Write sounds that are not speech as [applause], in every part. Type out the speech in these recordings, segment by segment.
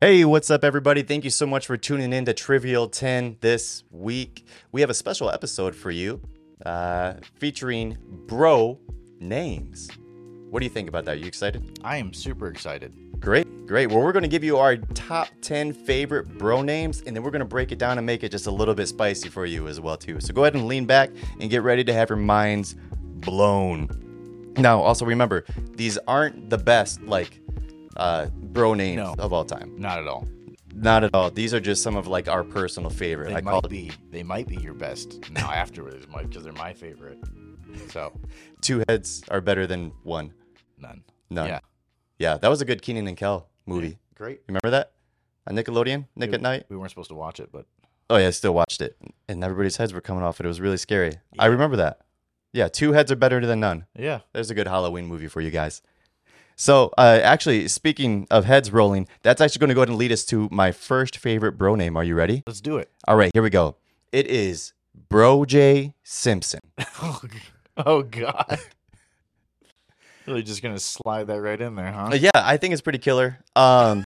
Hey, what's up, everybody? Thank you so much for tuning in to Trivial 10 this week. We have a special episode for you uh, featuring bro names. What do you think about that? You excited? I am super excited. Great, great. Well, we're going to give you our top 10 favorite bro names, and then we're going to break it down and make it just a little bit spicy for you as well, too. So go ahead and lean back and get ready to have your minds blown. Now, also remember, these aren't the best, like, uh, bro names No. of all time. Not at all. Not at all. These are just some of like our personal favorite. They I call might it be. They might be your best now afterwards, because they're my favorite. So two heads are better than one. none. None. Yeah. Yeah, that was a good Keenan and Kel movie. Great. Remember that? On Nickelodeon, Nick at Night. We weren't supposed to watch it, but Oh yeah, I still watched it, and everybody's heads were coming off it. It was really scary. I remember that. Yeah, two heads are better than none. yeah. There's a good Halloween movie for you guys. So, uh, actually, speaking of heads rolling, that's actually going to go ahead and lead us to my first favorite bro name. Are you ready? Let's [laughs] do it. All right, here we go. It is Bro J Simpson. oh g- [laughs] oh, God. really just gonna slide that right in there, huh? Uh, yeah, I think it's pretty killer. Um,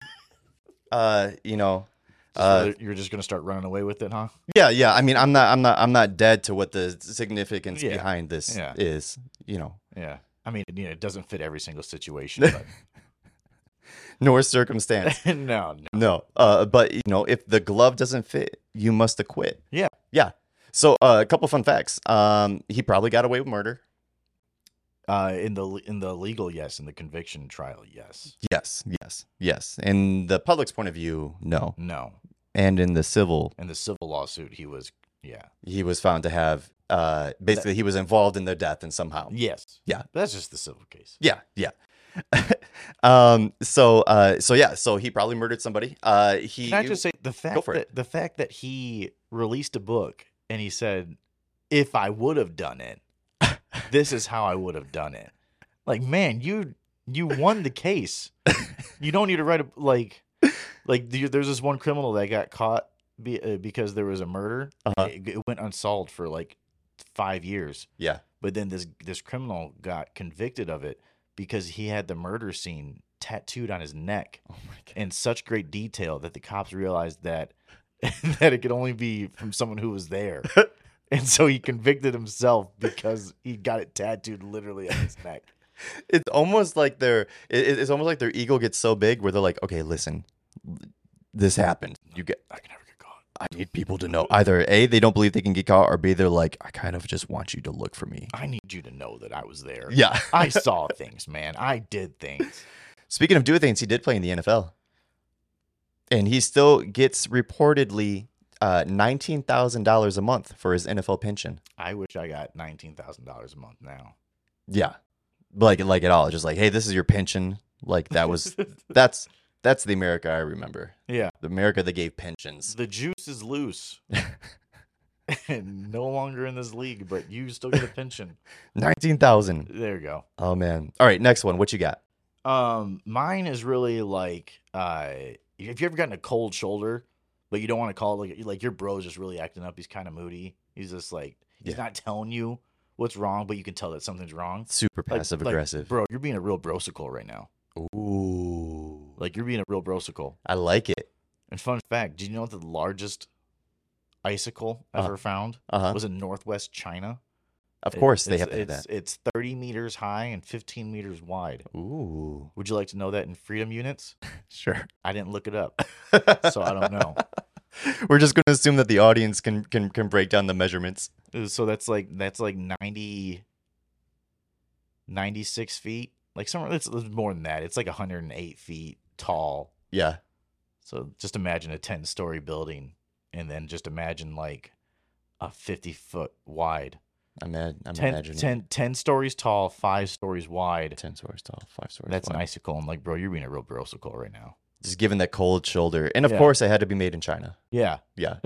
uh, you know, Just uh, really- you're just gonna start running away with it, huh? yeah, yeah. I mean, I'm not, I'm not, I'm not dead to what the significance Yeah, behind this yeah. is. You know, Yeah. I mean, you know, it doesn't fit every single situation, [laughs] but nor circumstance. [laughs] no, no. no, uh, but you know, if the glove doesn't fit, you must acquit. Yeah. yeah. So, uh, a couple fun facts. Um, he probably got away with murder. Uh, in the in the legal, yes. In the conviction trial, yes. Yes, yes, yes. In the public's point of view, no. No. And in the civil, In the civil lawsuit, he was, yeah. he was found to have. Uh, basically, he was involved in the death, and somehow. Yes. Yeah. That's just the civil case. Yeah, yeah. [laughs] um. So, uh. So yeah. So he probably murdered somebody. Uh. He. Can I just say the fact for it. that the fact that he released a book and he said, "If I would have [laughs] done it, this is how I would have done it." Like, man, you you won [laughs] the case. You don't need to write a like like the- there's this one criminal that got caught be, uh, because there was a murder. Uh-huh. It, it went unsolved for like 5 years. yeah. But then this this criminal got convicted of it because he had the murder scene tattooed on his neck Oh my god. in such great detail that the cops realized that [laughs] that it could only be from someone who was there. And so he convicted himself because he got it tattooed literally on his neck. It's almost like their. It, it- it's almost like their ego gets so big where they're like, okay, listen, this happened. You get. I can never get caught. I need people to know either a they don't believe they can get caught, or b they're like, I kind of just want you to look for me. I need you to know that I was there. Yeah. [laughs] I saw things, man. I did things. Speaking of do things, he did play in the NFL, and he still gets reportedly uh, nineteen thousand dollars a month for his NFL pension. I wish I got nineteen thousand dollars a month now. Yeah. Like like at all. Just like, hey, this is your pension. Like that [laughs] was that's that's the America I remember. yeah. The America that gave pensions. The juice [laughs] is loose. [laughs] and no longer in this league, but you still get a pension. Nineteen thousand. There you go. Oh man. All right, next one. What you got? Um, mine is really like uh, have you ever gotten a cold shoulder, but you don't want to call it like like your bro's just really acting up. He's kind of moody. He's just like he's Yeah. not telling you what's wrong, but you can tell that something's wrong. Super Like- passive like, aggressive. bro. You're being a real brosicle right now. Ooh. Like you're being a real brosicle. I like it. And fun fact, do you know the largest icicle Uh-huh. ever found Uh huh. was in Northwest China? Of It- course they it's- have to do it's, that. It's 30 meters high and 15 meters wide. Ooh. Would you like to know that in freedom units? [laughs] Sure. I didn't look it up, so I don't know. We're just gonna assume that the audience can can can break down the measurements. Uh, so that's like that's like 90 96 feet like somewhere it's, it's more than that it's like 108 feet tall Yeah. so just imagine a 10 story building and then just imagine like a 50 foot wide I'm ad- I'm 10, imagining 10 10 stories tall 5 stories wide ten stories tall, five stories. that's wide. an icicle i'm like bro you're being a real brosicle right now Just given that cold shoulder. And of Yeah. course I had to be made in China. yeah Yeah.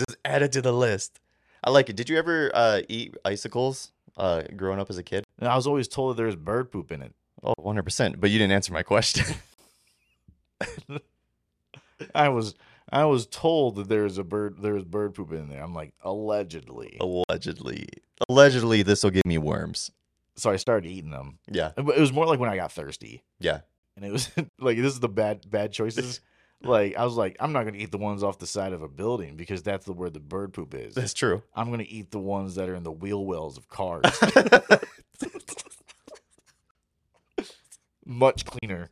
Just add it to the list. I like it. Did you ever uh, eat icicles uh, growing up as a kid? and i was always told that there's bird poop in it [laughs] Oh, 100%. But you didn't answer my question. i was i was told that there's a bird there's bird Oh. poop in there i'm like allegedly Allegedly. Allegedly, this will give me worms. so I started eating them. Yeah. It was more like when I got thirsty. Yeah. And it was [laughs] like this is the bad bad [laughs] choices. like I was like, I'm not gonna eat the ones off the side of a building because that's the where the bird poop is. That's true. I'm gonna eat the ones that are in the wheel wells of cars. [laughs] [laughs] Much cleaner.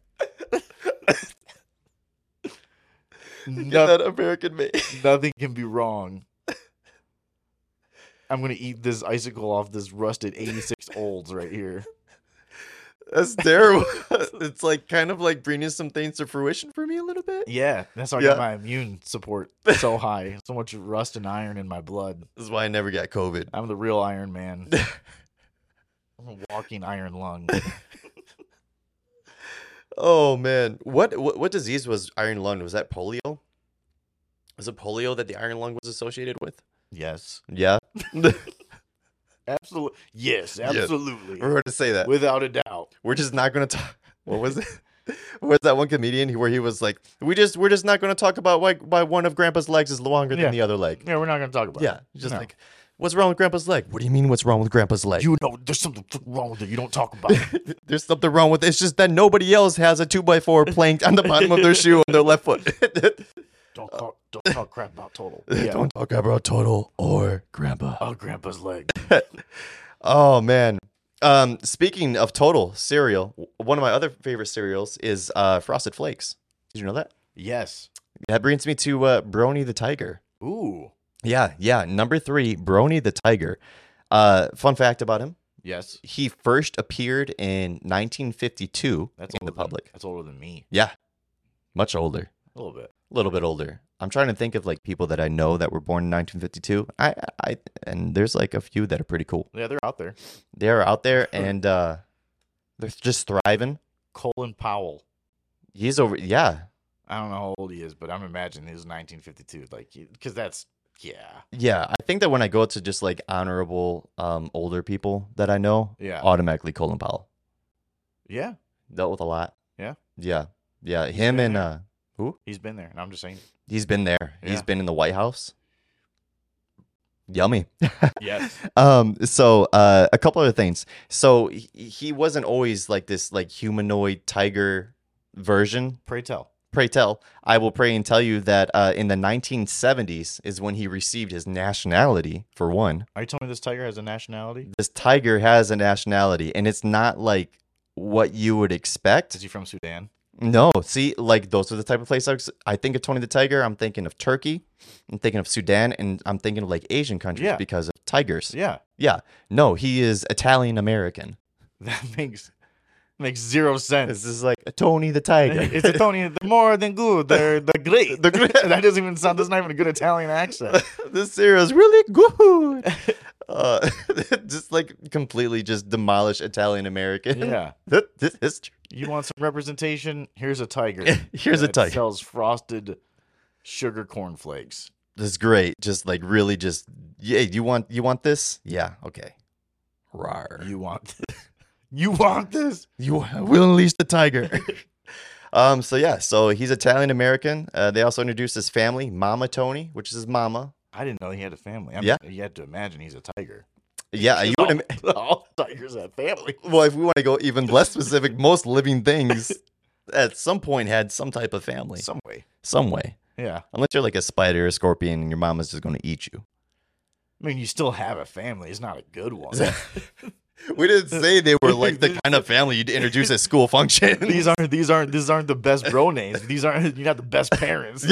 Get Noth- that American made. nothing can be wrong. I'm gonna eat this icicle off this rusted 86 olds right here. That's terrible. [laughs] it's like kind of like bringing some things to fruition for me a little bit. Yeah, that's how I Yeah. got my immune [laughs] support so high. So much rust and iron in my blood. This is why I never got COVID. I'm the real [laughs] Iron Man. I'm a walking iron lung. Oh man, what what, what disease was iron lung? Was that polio? Was it polio that the iron lung was associated with? Yes, Yeah, absolutely. Yes, Yes. absolutely. we're going to say that. Without a doubt. We're just not going to [laughs] talk. What was it? [laughs] Was that one comedian who- where he was like, "We just we're just not going to talk about why why one of Grandpa's legs is longer than Yeah. the other leg." Yeah, we're not gonna talk about. Yeah, it. just No. like, "What's wrong with Grandpa's leg?" What do you mean? What's wrong with Grandpa's leg? you know, there's something fucking wrong with it. You don't talk about. it. [laughs] There's something wrong with it. It's just that nobody else has a two by [laughs] four planked on the bottom of their shoe on their left foot. [laughs] Don't talk. Don't talk crap about total. Yeah. Uh, Don't talk about total or grandpa. Oh, grandpa's leg. Oh man. Um, speaking of total cereal, w- one of my other favorite cereals is uh, Frosted Flakes. Did you know that? Yes. That brings me to uh, Brony the Tiger. Ooh. Yeah, yeah. Number three, Brony the Tiger. Uh, fun fact about him: Yes. he first appeared in 1952 That's in the older than- public. That's older than me. Yeah, much older. A little bit. a little bit older. I'm trying to think of like people that I know that were born in 1952. I, I, and there's like a few that are pretty cool. Yeah, they're out there. They are out [laughs] there and uh, they're just thriving. Colin Powell. He's over, yeah, I don't know how old he is, but I'm imagining he was 1952. Like, because that's yeah, yeah. I think that when I go to just like honorable um older people that I know, yeah, automatically Colin Powell yeah. dealt with a lot. Yeah. yeah, yeah. Him been and there. uh, He's been there, and I'm just saying, he's been there. He's Yeah. been in the White House. [laughs] Yummy. yes, um so uh a couple other things so he, he wasn't always like this like humanoid tiger version pray tell. pray tell i will pray and tell you that uh in the 1970s is when he received his nationality for one Are you telling me this tiger has a nationality? this tiger has a nationality and it's not like what you would expect Is he from Sudan? no see like those are the type of places i think of tony the tiger i'm thinking of turkey i'm thinking of sudan and i'm thinking of like asian countries Yeah. because of tigers Yeah, [laughs] yeah no he is italian american that makes makes zero sense. This is like a Tony the Tiger. [laughs] It's a [laughs] Tony. They're more than good. They're they're great. They're great. [laughs] that doesn't even sound. That's not even a good [laughs] Italian accent. this cereal is really good. [laughs] Uh, [laughs] just like completely just demolish Italian American. Yeah, Th- [laughs] this is tr- you want some representation? Here's a tiger. [laughs] Here's a that tiger. Sells frosted sugar cornflakes. This is great. Just like really just yeah, you want you want this? Yeah, okay. Rar. You want? [laughs] you want this? You [laughs] will unleash the [laughs] tiger. um so yeah, so he's Italian American. Uh, they also introduced his family, Mama Tony, which is his mama. I didn't know he had a family. I mean, Yeah. You had to imagine he's a tiger. Yeah, you would all, im- [laughs] all tigers have family. well, if we want to go even less [laughs] specific, most living things at some point had some type of family, Some way. some way. Yeah. Unless you're like a spider or scorpion and your mama's just going to eat you. I mean, you still have a family. It's not a good one. we didn't say they were like the kind of family you'd introduce at school function. [laughs] these aren't. These aren't. These aren't the best bro names. These aren't. You're not the best parents.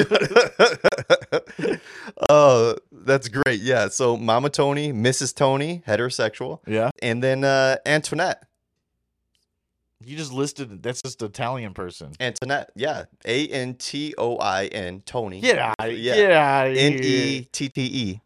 [laughs] uh, that's great. Yeah. So Mama Tony, Mrs. Tony, heterosexual, yeah. and then uh, Antoinette. You just listed. That's just Italian person. Antoinette. Yeah. A N T O I N Tony. Get out. Yeah. Get out of N here. E T T E.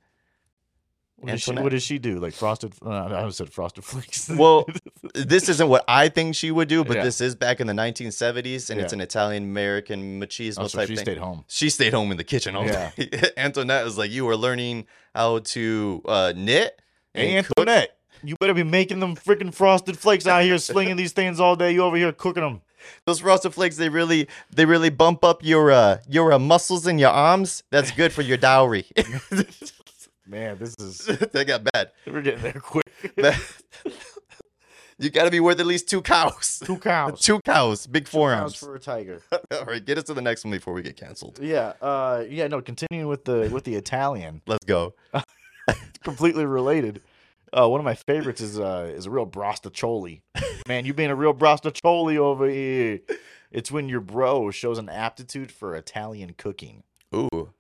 What does, she, Antoinette. what does she do? Like frosted? Uh, I said frosted flakes. [laughs] Well, [laughs] this isn't what I think she would do, but Yeah. this is back in the 1970s, and it's Yeah. an Italian American machismo oh, so type she thing. stayed home. she stayed home in the kitchen all Yeah. day. [laughs] Antoinette was like, "You were learning how to uh, knit Hey, and cook." Antoinette, you better be making them freaking frosted flakes out here, slinging these things all day. You over here cooking them. Those frosted flakes, they really, they really bump up your uh, your uh, muscles and your arms. That's good for your dowry. [laughs] Man, this is that got bad. we're getting there quick. Bad. [laughs] You got to be worth at least two [laughs] cows. Two cows. Two cows, big cows forearms. for a tiger. All right, get us to the next one before we get canceled. Yeah. Uh, yeah. No. Continuing with the with the Italian, Let's go. completely related. Uh, one of my favorites is uh is a real brostacholi. Man, you being a real brostacholi over here. It's when your bro shows an aptitude for Italian cooking. Ooh,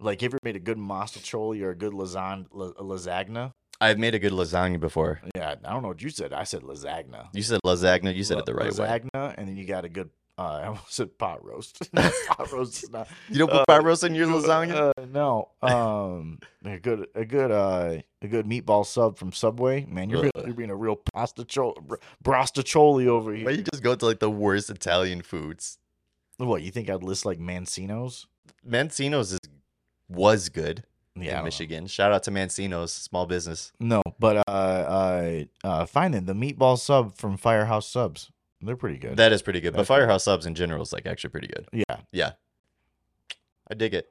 Like, have you ever made a good mostacholi or a good lasagna? La- lasagna? I've made a good lasagna before. Yeah, I don't know what you said. I said lasagna. You said lasagna. You said La- it the right way. Lasagna, and then you got a good. Uh, [laughs] I almost said pot [laughs] roast. [laughs] pot roast is not. You don't put Uh, pot roast in your lasagna. Uh, no. Um, a good, a good, uh, a good meatball sub from Subway. Man, you're, Ugh. really, you're being a real brostacholi, brostacholi over here. Why you just go to like the worst Italian foods? What you think I'd list like Mancino's? Mancino's is was good I don't in know. Michigan. Shout out to Mancino's, small business. No, but uh, uh, uh, finding the meatball sub from Firehouse Subs. They're pretty good. That is pretty good. But That's good. Firehouse Subs in general is like actually pretty good. yeah. I dig it.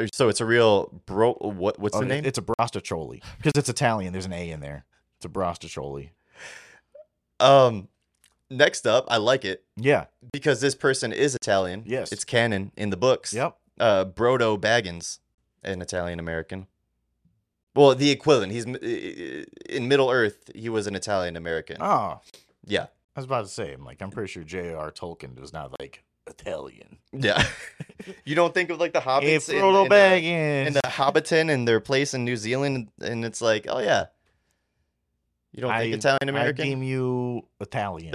Uh, So it's a real bro. What what's Oh, the it- name? It's a brostacholi because it's Italian. There's an A in there. It's a brostacholi. Um, next up, I like it Yeah. because this person is Italian. Yes. it's canon in the books. Yep. uh, Brodo Baggins, an Italian American. Well, the equivalent. He's m- i- i- in Middle Earth. He was an Italian American. Oh, Yeah, I was about to say. I'm like, I'm pretty sure J.R. Tolkien was not like Italian. yeah. [laughs] you don't think of like the hobbits in, in, uh, Baggins. in the Hobbiton and their place in New Zealand, and it's like, oh yeah. You don't think I- Italian I American? deem you [laughs] Italian.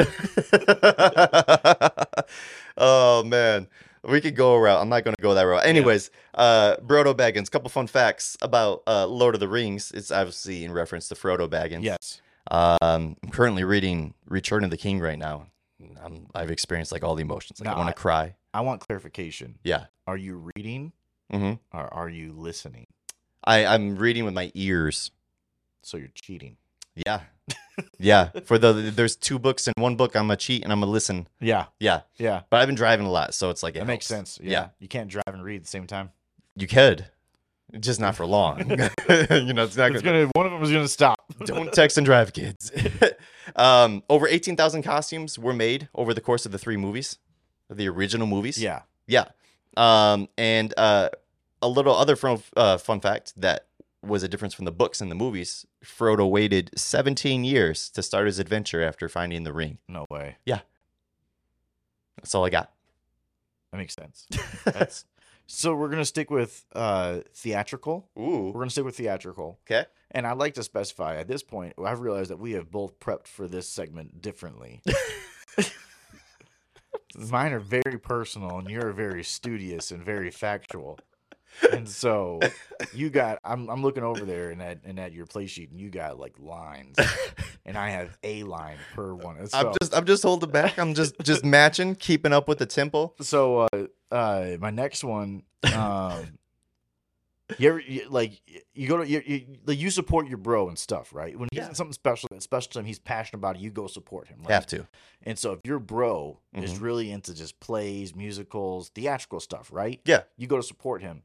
oh man, we could go around. I'm not going to go that route. Anyways, uh, Brodo Baggins. Couple fun facts about uh, Lord of the Rings. It's obviously in reference to Frodo Baggins. yes. Um, I'm currently reading Return of the King right now. I'm, I've experienced like all the emotions. Like I No, want I- to cry. I want clarification. Yeah. Are you reading hmm or are you listening? I I'm reading with my ears. So you're cheating. Yeah, yeah. For the there's two books in one book. I'm a cheat and I'm a listen. Yeah. Yeah, Yeah. but I've been driving a lot, so it's like it that makes helps. sense. Yeah. yeah. You can't drive and read at the same time. You could, just not for [laughs] long. [laughs] you know, it's not It's gonna. gonna, one of them is going to stop. Don't text and drive, kids. [laughs] um, over eighteen thousand costumes were made over the course of the three movies, the original movies. Yeah. Yeah. Um, and uh, a little other fun, uh, fun fact that was a difference from the books and the movies. Frodo waited 17 years to start his adventure after finding the ring. No way. That's all I got. That makes sense. That's, so we're going to stick with uh, theatrical. We're [laughs] Ooh. going to stick with theatrical. Okay. And I'd like to specify at this point, I've realized that we have both prepped for this segment differently. Mine are very personal, and you're very studious and very factual. And so you got, I'm, I'm looking over there and at, and at your play sheet, and you got like lines, and I have a line per one. And So, I'm just I'm just holding back. I'm just just matching, keeping up with the tempo. so uh, uh, my next one, um, [laughs] you ever you, like you go to you, you like you support your bro and stuff, right? When he's Yeah. in something special that's special to him, he's passionate about it. You go support him, right? Have to. And so if your bro is Mhm. really into just plays, musicals, theatrical stuff, right? Yeah. You go to support him.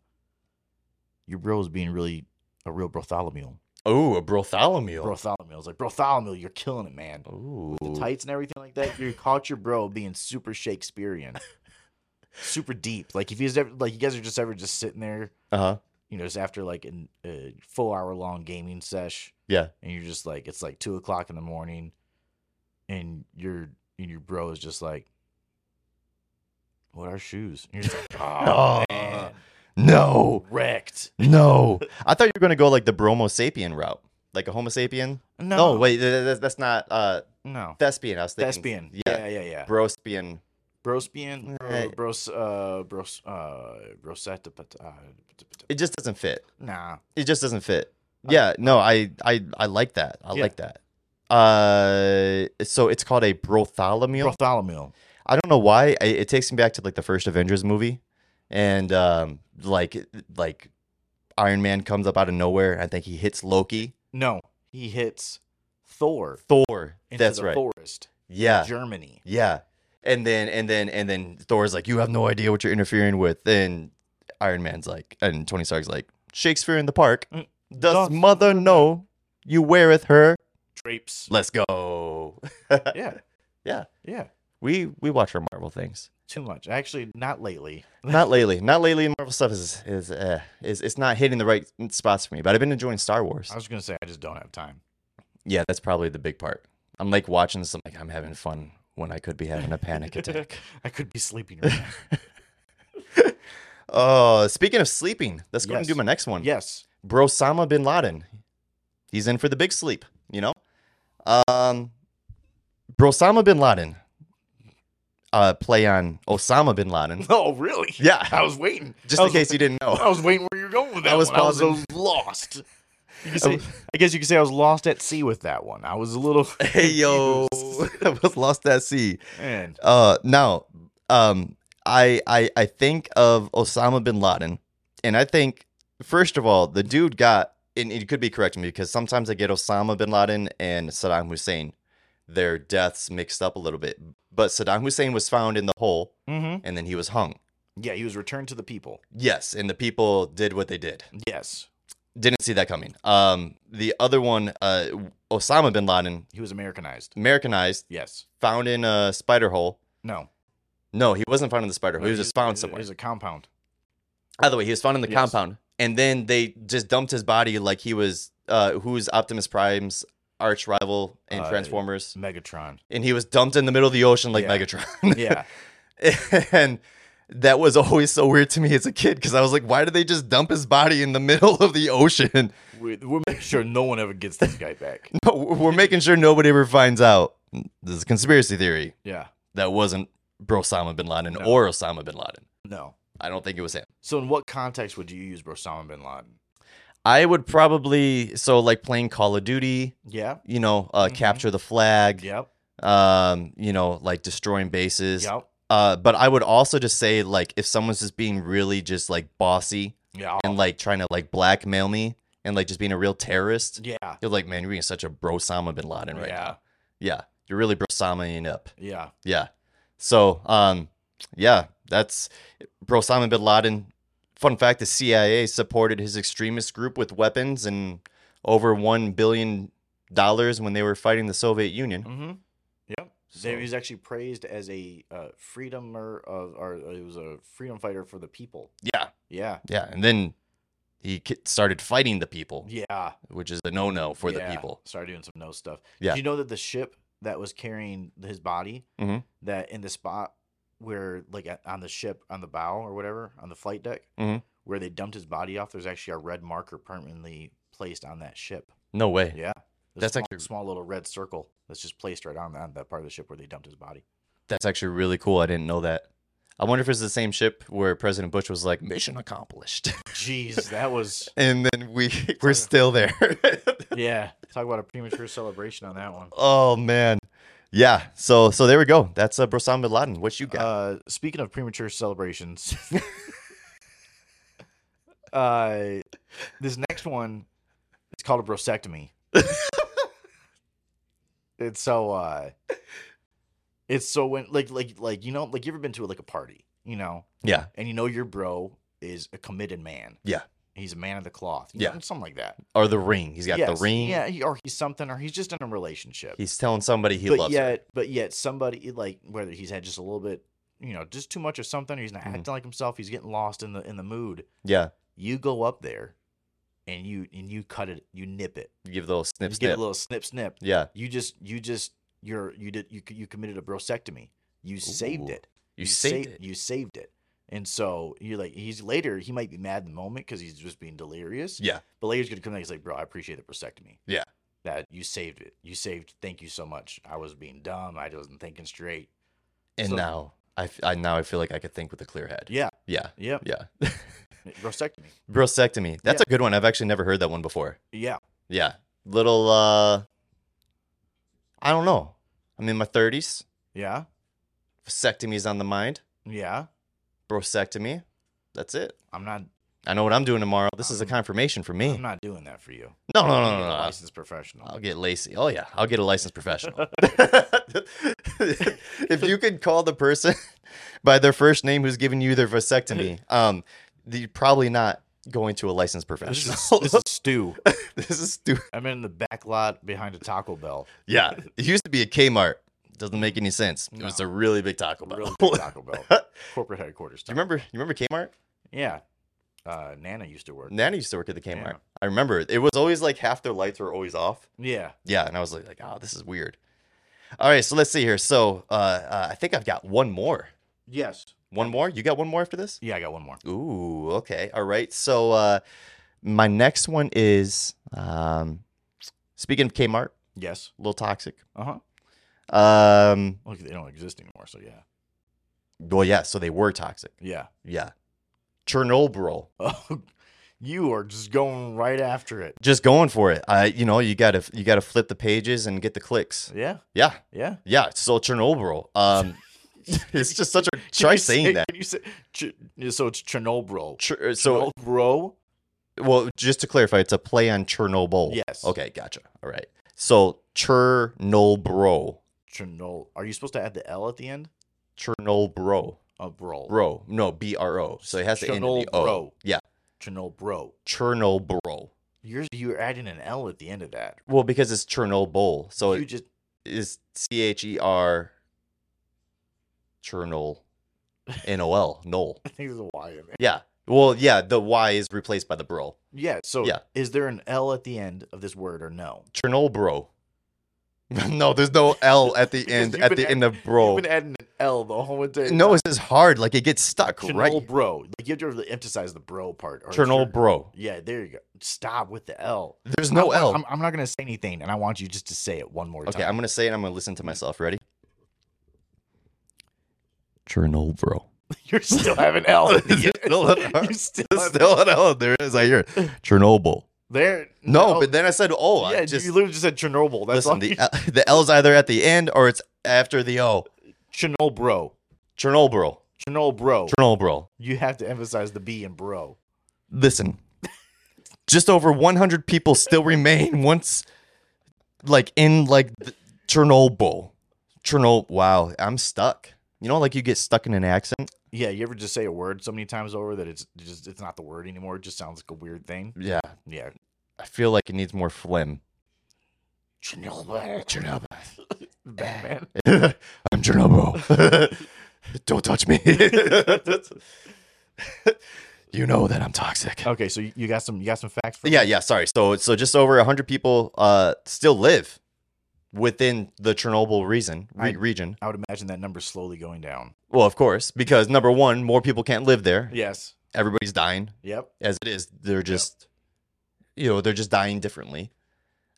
Your bro is being really a real Bartholomew. Oh, a Bartholomew. Bartholomew is like Bartholomew, you're killing it, man. Ooh. The tights and everything like that. You caught your bro being super Shakespearean, super deep. Like if he's ever like you guys are just ever just sitting there, Uh huh. you know, just after like an- a full hour long gaming sesh, Yeah. and you're just like it's like two o'clock in the morning, and your and your bro is just like, "What are shoes?" And you're just like, "Oh, [laughs] Oh, man, No. wrecked." No. I thought you were gonna go like the Bromo sapien route, like a Homo sapien. No, Oh wait, th- th- that's not uh no, thespian. I was thinking. thespian. Yeah. Yeah, yeah, yeah. Brospian. Brospian, Eh. bro, bros, uh, bros, uh, brosetta, but uh, It just doesn't fit. nah. It just doesn't fit. I- Yeah, no, I I I like that. I Uh, Yeah. like that. Uh, so it's called a Brotholomew. Bartholomew. I don't know why. I, it takes me back to like the first Avengers movie, and um, like like Iron Man comes up out of nowhere. I think he hits Loki, No, he hits Thor Thor. into That's the right. forest, Yeah, Germany. yeah. And then and then and then Thor's like, you have no idea what you're interfering with. Then Iron Man's like, and Tony Stark's like, Shakespeare in the park. Mm, Does doth- mother know you weareth her Grapes. Let's go. [laughs] Yeah. Yeah. Yeah. We we watch our Marvel things. Too much. Actually, not lately. Not lately. Not lately. Marvel stuff is is uh, is it's not hitting the right spots for me. But I've been enjoying Star Wars. I was gonna say I just don't have time. Yeah, that's probably the big part. I'm like watching some like I'm having fun when I could be having a panic [laughs] attack. I could be sleeping right [laughs] now. Uh, speaking of sleeping, let's go ahead and do Yes. my next one. yes. Brosama bin Laden. He's in for the big sleep, you know? Um, Brosama bin Laden. Uh, play on Osama bin Laden. [laughs] Oh, really? Yeah, I was waiting. just I in was- case you didn't know. I was waiting where you're going with that. I was one. I was so pausing. lost. You could say, I guess you could say I was lost at sea with that one. I was a little. [laughs] Hey, [laughs] [laughs] yo. I was lost at sea. And Uh, now, um, I, I, I think of Osama bin Laden, and I think first of all, the dude got, and it could be correcting me because sometimes I get Osama bin Laden and Saddam Hussein, their deaths mixed up a little bit. But Saddam Hussein was found in the hole, hmm and then he was hung. yeah, he was returned to the people. Yes, and the people did what they did. Yes, Didn't see that coming. Um, the other one, uh, Osama bin Laden, he was Americanized. Americanized, Yes. found in a spider hole. No. No, he wasn't found in the spider hole. No, He was just found he's- somewhere. He's a compound. Either way, he was found in the Yes. compound, and then they just dumped his body like he was uh, who's Optimus Prime's arch rival in Uh, Transformers, [laughs] Megatron. and he was dumped in the middle of the ocean like Yeah. Megatron. [laughs] Yeah. and that was always so weird to me as a kid because I was like, why did they just dump his body in the [laughs] middle of the ocean? [laughs] we, we'll make sure no one ever gets this guy back. No, we're making sure nobody ever finds out. This is a conspiracy theory Yeah. that wasn't Brosama bin Laden No. or Osama bin Laden. No. I don't think it was him. So, in what context would you use Osama bin Laden? I would probably so like playing Call of Duty. Yeah. you know, uh, Mhm. capture the flag, Yep. um, you know, like destroying bases. Yep. Uh, but I would also just say, like, if someone's just being really just like bossy Yeah. and like trying to like blackmail me and like just being a real terrorist, Yeah. you're like, man, you're being such a brosama bin Laden right yeah. now. Yeah, you're really brosamaing up. Yeah. Yeah. So, um, yeah, that's brosama bin Laden. Fun fact: the CIA supported his extremist group with weapons and over one billion dollars when they were fighting the Soviet Union. Mm-hmm. Yep. So- He was actually praised as a uh, freedomer of, or uh, he was a freedom fighter for the people. Yeah, Yeah. yeah, and then he ki- started fighting the people, Yeah. which is a no-no for yeah. the people. Started doing some no stuff. Yeah. Did you know that the ship that was carrying his body, Mhm. that in the spot where, like, a- on the ship, on the bow or whatever, on the flight deck, Mhm. where they dumped his body off, there's actually a red marker permanently placed on that ship. No way. Yeah. That's There's a small, actually- small little red circle that's just placed right on that, that part of the ship where they dumped his body. That's actually really cool. I didn't know that. I wonder if it's the same ship where President Bush was like, "Mission accomplished," Jeez, that was [laughs] and then [laughs] we we're still there. [laughs] yeah. Talk about a premature celebration on that one. oh man, yeah. So so there we go. That's uh, Brosam bin Laden. What you got? Uh, speaking of premature celebrations, [laughs] uh, this next one it's called a brosectomy. it's so uh, it's so when like like like you know like you ever been to like a party you know yeah, and you know your bro is a committed man Yeah. he's a man of the cloth you Yeah. know, something like that or the ring. He's got Yes, the ring. yeah he- or he's something or he's just in a relationship He's telling somebody he but loves. yet, her. but yet, somebody like whether he's had just a little bit, you know, just too much or something, or he's not Mhm. acting like himself. He's getting lost in the in the mood. Yeah, You go up there, and you and you cut it, you nip it, you give those snip you get snip. a little snip snip. yeah, You just you just you're you did you you committed a brosectomy. You saved Ooh, it. you, saved sa- it. You saved it. And so you're like he's later he might be mad in the moment because he's just being delirious. yeah, But later he's gonna come back. He's like, bro, I appreciate the prosectomy. Yeah. That you saved it. You saved. Thank you so much. I was being dumb. I wasn't thinking straight. and So- now I, f- I now I feel like I could think with a clear head. Yeah. Yeah, [laughs] Yep. yeah. Prosectomy. Brosectomy. That's Yeah. a good one. I've actually never heard that one before. Yeah. Yeah, little. uh I don't know. I'm in my thirties. Yeah. Vasectomy's on the mind. Yeah. Brosectomy. That's it. I'm not. I know what I'm doing tomorrow. This is a Um, confirmation for me. I'm not doing that for you. no, no, You no, need no, a no. no. Licensed professional. I'll get lacy. Oh yeah, I'll get a licensed [laughs] professional. [laughs] if you could call the person [laughs] by their first name who's [laughs] giving you their vasectomy, um, you're probably not going to a licensed This professional. [laughs] is, [laughs] this is stew. this is stupid. I'm in the back lot behind a Taco Bell. Yeah, it used to be a Kmart. Doesn't make any sense. It was No. a really big Taco Bell. [laughs] Real Do big Taco Bell. Corporate headquarters. you Taco remember? You remember Kmart? Yeah. Uh, Nana used to work. Nana used to work at the Kmart. Yeah. I remember. It was always like half their lights were always off. Yeah. Yeah, and I was like, like, oh, this is weird. All right, so let's see here. So uh, uh, I think I've got one more. Yes. One more? You got one more after this? Yeah, I got one more. Ooh, okay. All right. So uh, my next one is um, speaking of Kmart, Yes. a little toxic. Uh huh. Um, Look, they don't exist anymore. So yeah. well, yeah, so they were toxic. Yeah. [laughs] Yeah. Chernobyl. Oh, you are just going right after it. Just going for it. Uh, you know, you gotta you gotta flip the pages and get the clicks. Yeah. Yeah, Yeah. yeah. So Chernobyl. Um, [laughs] it's just such a [laughs] [laughs] try saying that. Can you say, ch- so it's Chernobyl. Ch- so Chernobyl. Well, just to clarify, it's a play on Chernobyl. Yes. Okay, gotcha. All right. So Chernobyl. Chernobyl. Are you supposed to add the L at the end? Chernobyl. A bro. Bro. No, B R O. So it has to end in the O. Chernobyl. Yeah. Chernobyl. Chernobyl. You're you're adding an L at the end of that. Well, because it's Chernobyl. So you it just [laughs] is C H E R Chernol N O L. Nol. I think there's a Y in there. Yeah. Well, yeah, the Y is replaced by the bro. Yeah. So Yeah. is there an L at the end of this word or no? Chernobyl. [laughs] no, there's no L at the Because end you've at been the add- end of bro. You've been adding an L the whole entire No, time. it's just hard. Like it gets stuck, right? Chernobyl bro. Like you have to really emphasize the bro part. Or Chernobyl. Chern- Yeah, there you go. Stop with the L. There's no I L. want- I'm, I'm not gonna say anything, and I want you just to say it one more okay, time. I'm gonna say it. I'm gonna listen to myself. Ready? [laughs] Chernobyl. You're [laughs] still having L. at the Is it end. still an R? [laughs] you still, There's have- still an L. There is. I hear it. Chernobyl. there. No, but then I said, "Oh, yeah, I just you literally just said Chernobyl. That's listen." all. The you- L, the L's either at the end or it's after the O. [laughs] Chernobyl bro. Chernobyl. Chernobyl bro. Chernobyl. you have to emphasize the B in bro. Listen, just over 100 people still remain once, like in like the Chernobyl. Chernobyl. Wow, I'm stuck. You know, like you get stuck in an accent. Yeah, you ever just say a word so many times over that it's just it's not the word anymore. It just sounds like a weird thing. Yeah, Yeah. I feel like it needs more phlegm. Chernobyl. Chernobyl. Batman. [laughs] I'm Chernobyl. [laughs] Don't touch me. [laughs] you know that I'm toxic. Okay, so you- you got some you got some facts for Yeah, yeah. Sorry. So, so just over hundred people uh, still live within the Chernobyl reason re- I- region. I would imagine that number's slowly going down. Well, of course, because number one, more people can't live there. Yes. Everybody's dying Yep. as it is. They're just, you know, they're just dying differently.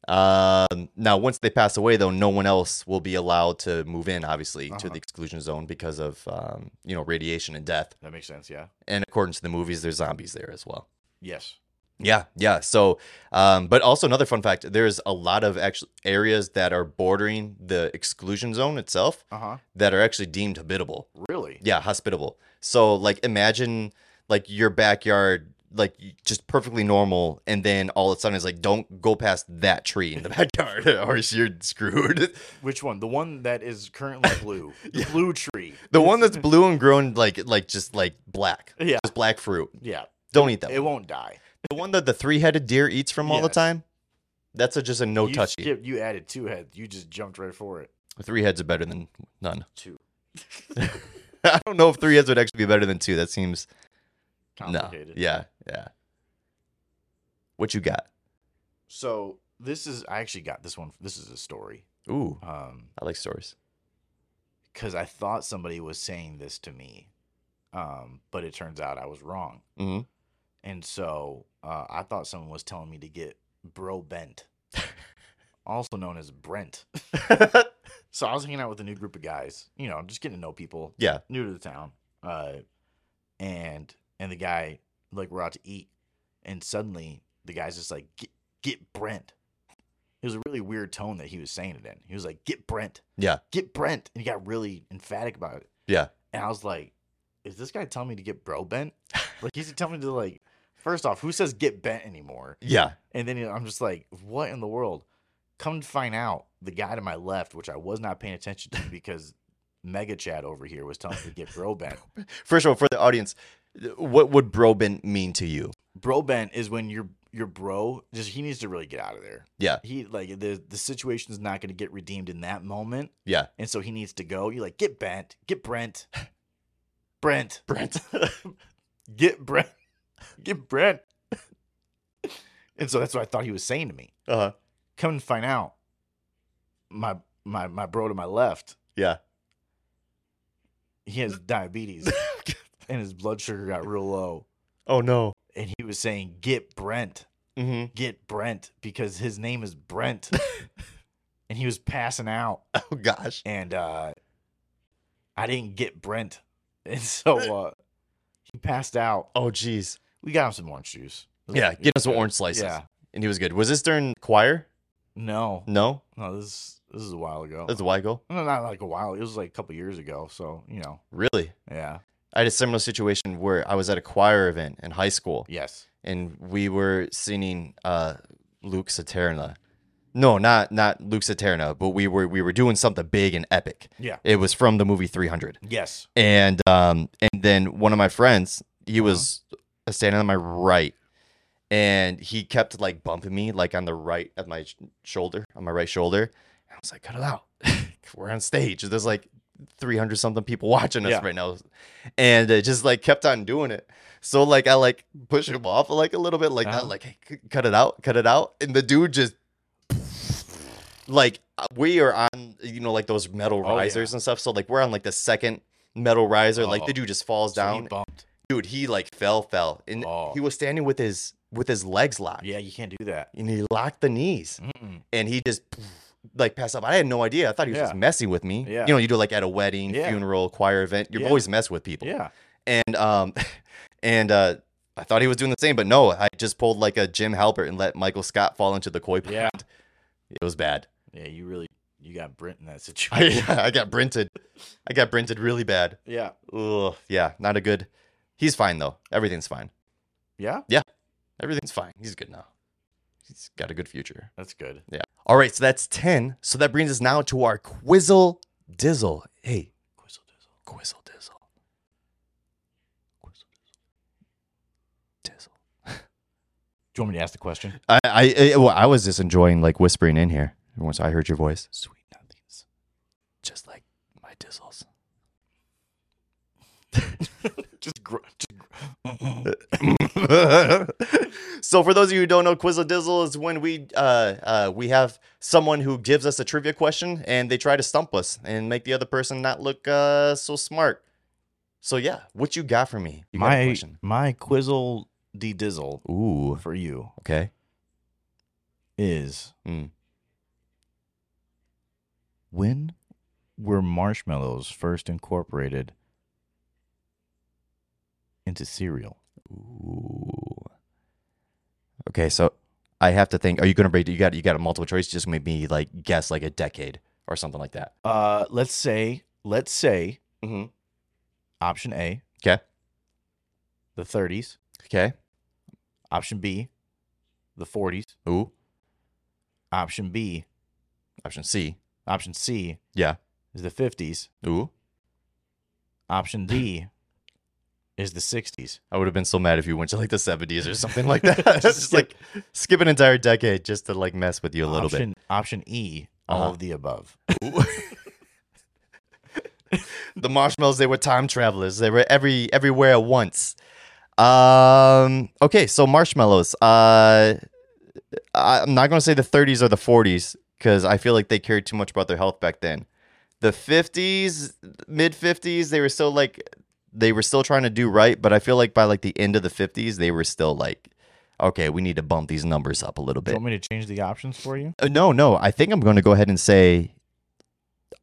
Um, now, once they pass away, though, no one else will be allowed to move in, obviously, to Uh-huh. the exclusion zone because of, um, you know, radiation and death. That makes sense, yeah. And according to the movies, there's zombies there as well. Yes. Yeah, yeah. So, um, but also another fun fact: there's a lot of actual areas that are bordering the exclusion zone itself Uh-huh. that are actually deemed habitable. Really? Yeah, hospitable. So, like, imagine like your backyard, like y- just perfectly normal, and then all of a sudden it's like, don't go past that tree in the [laughs] backyard, or you're screwed. [laughs] Which one? The one that is currently blue. The Yeah. blue tree. the one that's blue and grown like like just like black, Yeah. just black fruit. Yeah. Don't eat that. It one. won't die. The one that the three-headed deer eats from all the Yes. time. That's a, just a no you touchy. skipped- you added two heads. You just jumped right for it. Three heads are better than none. Two. [laughs] [laughs] I don't know if three heads would actually be better than two. That seems no. Complicated. Yeah, yeah. What you got? So this is I actually got this one. This is a story. Ooh, Um, I like stories. because I thought somebody was saying this to me, um, but it turns out I was wrong. hmm And so uh, I thought someone was telling me to get bro bent, also known as Brent. So I was hanging out with a new group of guys. You know, just getting to know people. yeah. new to the town. Uh, and and the guy like we're out to eat, and suddenly the guy's just like get get Brent. It was a really weird tone that he was saying it in. He was like get Brent. Yeah. Get Brent, and he got really emphatic about it. Yeah. And I was like, is this guy telling me to get bro bent? like he's telling me to like. First off, who says get bent anymore? Yeah. And then you know, I'm just like, what in the world? Come to find out, the guy to my left, which I was not paying attention to because Mega Chat over here was telling me to [laughs] get bro bent. First of all, for the audience, what would bro bent mean to you? Bro bent is when you're your bro just he needs to really get out of there. Yeah. He like the the situation's not going to get redeemed in that moment, Yeah. and so he needs to go. You like get Brent, [laughs] get Brent, Brent, Brent. [laughs] get Brent, get Brent. [laughs] and so that's what I thought he was saying to me. uh-huh. [laughs] Come and find out, my my my bro to my left, Yeah. he has [laughs] diabetes and his blood sugar got real low, oh no. and he was saying get Brent. Mm-hmm. get Brent because his name is [laughs] Brent. and he was passing out [laughs] Oh gosh. and uh I didn't get Brent. And [laughs] so uh he passed out. Oh geez. We got him some orange juice. Yeah. Get us some orange slices. Yeah. And he was good. Was this during choir? No. No. No, this this is a while ago. That's Weigel. no, not like a while. It was like a couple years ago, so you know. Really? Yeah. I had a similar situation where I was at a choir event in high school Yes. and we were singing uh, Luke Saterna. No, not not Luke Saterna, but we were we were doing something big and epic. Yeah. It was from the movie 300. Yes. And um and then one of my friends, he was Uh-huh. standing on my right and he kept like bumping me like on the right of my sh- shoulder, on my right shoulder. I was like, "Cut it out. [laughs] We're on stage. There's like 300 something people watching us Yeah. right now." And it just like kept on doing it. So like I like push him off like a little bit like Uh-huh. that like hey, c- cut it out, cut it out. And the dude just like uh, we are on you know like those metal Oh, yeah. risers and stuff. So like we're on like the second metal riser. Like Oh. the dude just falls So he down. bumped. dude, he like fell, fell, and Oh. he was standing with his with his legs locked. Yeah, you can't do that. and he locked the knees, Mm-mm. and he just like passed up. I had no idea. I thought he was Yeah. just messing with me. Yeah. You know, you do like at a wedding, Yeah. funeral, choir event. You're Yeah. always mess with people. Yeah. And um, [laughs] and uh. I thought he was doing the same, but no, I just pulled like a Jim Halpert and let Michael Scott fall into the koi pond. Yeah. It was bad. [laughs] Yeah, you really you got Brent in that [laughs] situation. I, I got brinted. I got brinted really bad. yeah. Ugh, yeah, not a good. He's fine though. Everything's fine. Yeah? Everything's fine. He's good now. He's got a good future. That's good. All right, so that's ten. So that brings us now to our Quizzle Dizzle. Hey, Quizzle dizzle. Quizzle Dizzle. Quizzle Dizzle. Dizzle. Do you want me to ask the question? [laughs] I, I, I- well, I was just enjoying like whispering in here once I heard your voice. Sweet nothings, just like my dizzles. just, gr- just so for those of you who don't know Quizzle Dizzle is when we uh, uh, we have someone who gives us a trivia question and they try to stump us and make the other person not look uh, so smart. So yeah, what you got for me? You got a my question. my quizzle de dizzle Ooh, for you okay. is Mm. when were marshmallows first incorporated into cereal? Ooh. Okay, so I have to think. Are you gonna break? You got you got a multiple choice. Just make me like guess like a decade or something like that. Uh, let's say let's say Mm-hmm. option A. 'Kay. The 30s. Okay. Option B. The 40s. Ooh. Option B. Option C. Option C Yeah. is the 50s. Ooh. Option D is the 60s. I would have been so mad if you went to like the seventies or something like [laughs] that. [laughs] It's just Skip. like skip an entire decade just to like mess with you a little option, Option E, all Uh-huh. of the above. bit. Ooh. the marshmallows, they were time travelers. They were every everywhere at once. Um okay, so marshmallows. Uh I- I'm not gonna say the thirties or the forties, because I feel like they cared too much about their health back then. The fifties, mid fifties, they were still like they were still trying to do right, but I feel like by like the end of the fifties, they were still like, okay, we need to bump these numbers up a little bit. Do you want me to change the options for you? Uh, no, no. I think I'm going to go ahead and say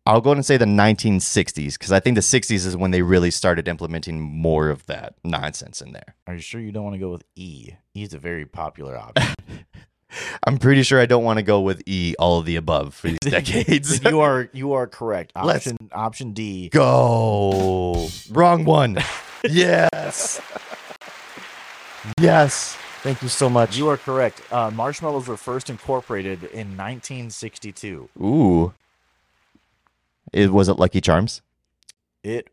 I'll go ahead and say the 1960s because I think the 60s is when they really started implementing more of that nonsense in there. Are you sure you don't want to go with E? E is a [laughs] very popular option. I'm pretty sure I don't want to go with E all of the above for these decades. you are you are correct. Let's- Option option [laughs] D. go. Wrong one. yes. Yes. Thank you so much. You are correct. Uh, marshmallows were first incorporated in 1962. Ooh. It was it Lucky Charms? It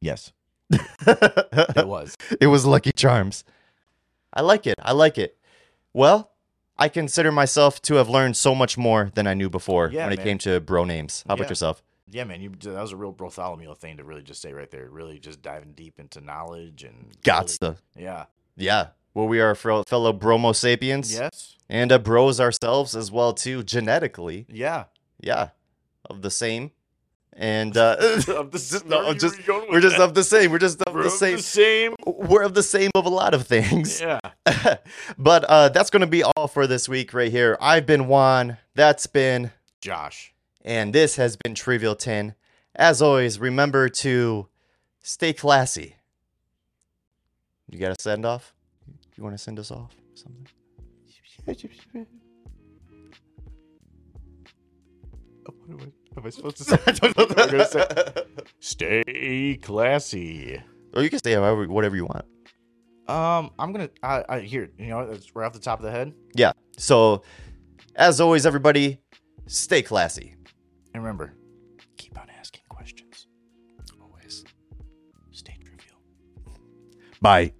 yes, it it [laughs] was. was Lucky Charms. I like it. I like it. Well, I consider myself to have learned so much more than I knew before Yeah, when it man. came to bro names. How Yeah. about yourself? Yeah, man, you that was a real Bartholomew thing to really just say right there. Really just diving deep into knowledge and Got really- the yeah. yeah. Well, we are fel- fellow bromo sapiens Yes. and uh, bros ourselves as well too genetically. [laughs] Yeah. Yeah, of the same. And uh, [laughs] Of the Just- s- no, where I'm you just- were going with we're just that? of the same. We're just of We're the same. same. We're of the same of a lot of things. Yeah. [laughs] but uh, that's going to be all for this week right here. I've been Juan. That's been Josh. And this has been Trivial 10. As always, remember to stay classy. You got a send off? You want to send us off? Something? Oh, What am I, am I [laughs] supposed to say? I don't know [laughs] what I'm [laughs] gonna say. Stay classy. [laughs] Or you can stay however, whatever you want. Um, I'm gonna. I, I here. You know, it's right off the top of the head. Yeah. So, as always, everybody, stay classy. And remember, keep on asking questions. Always. Stay trivial. Bye.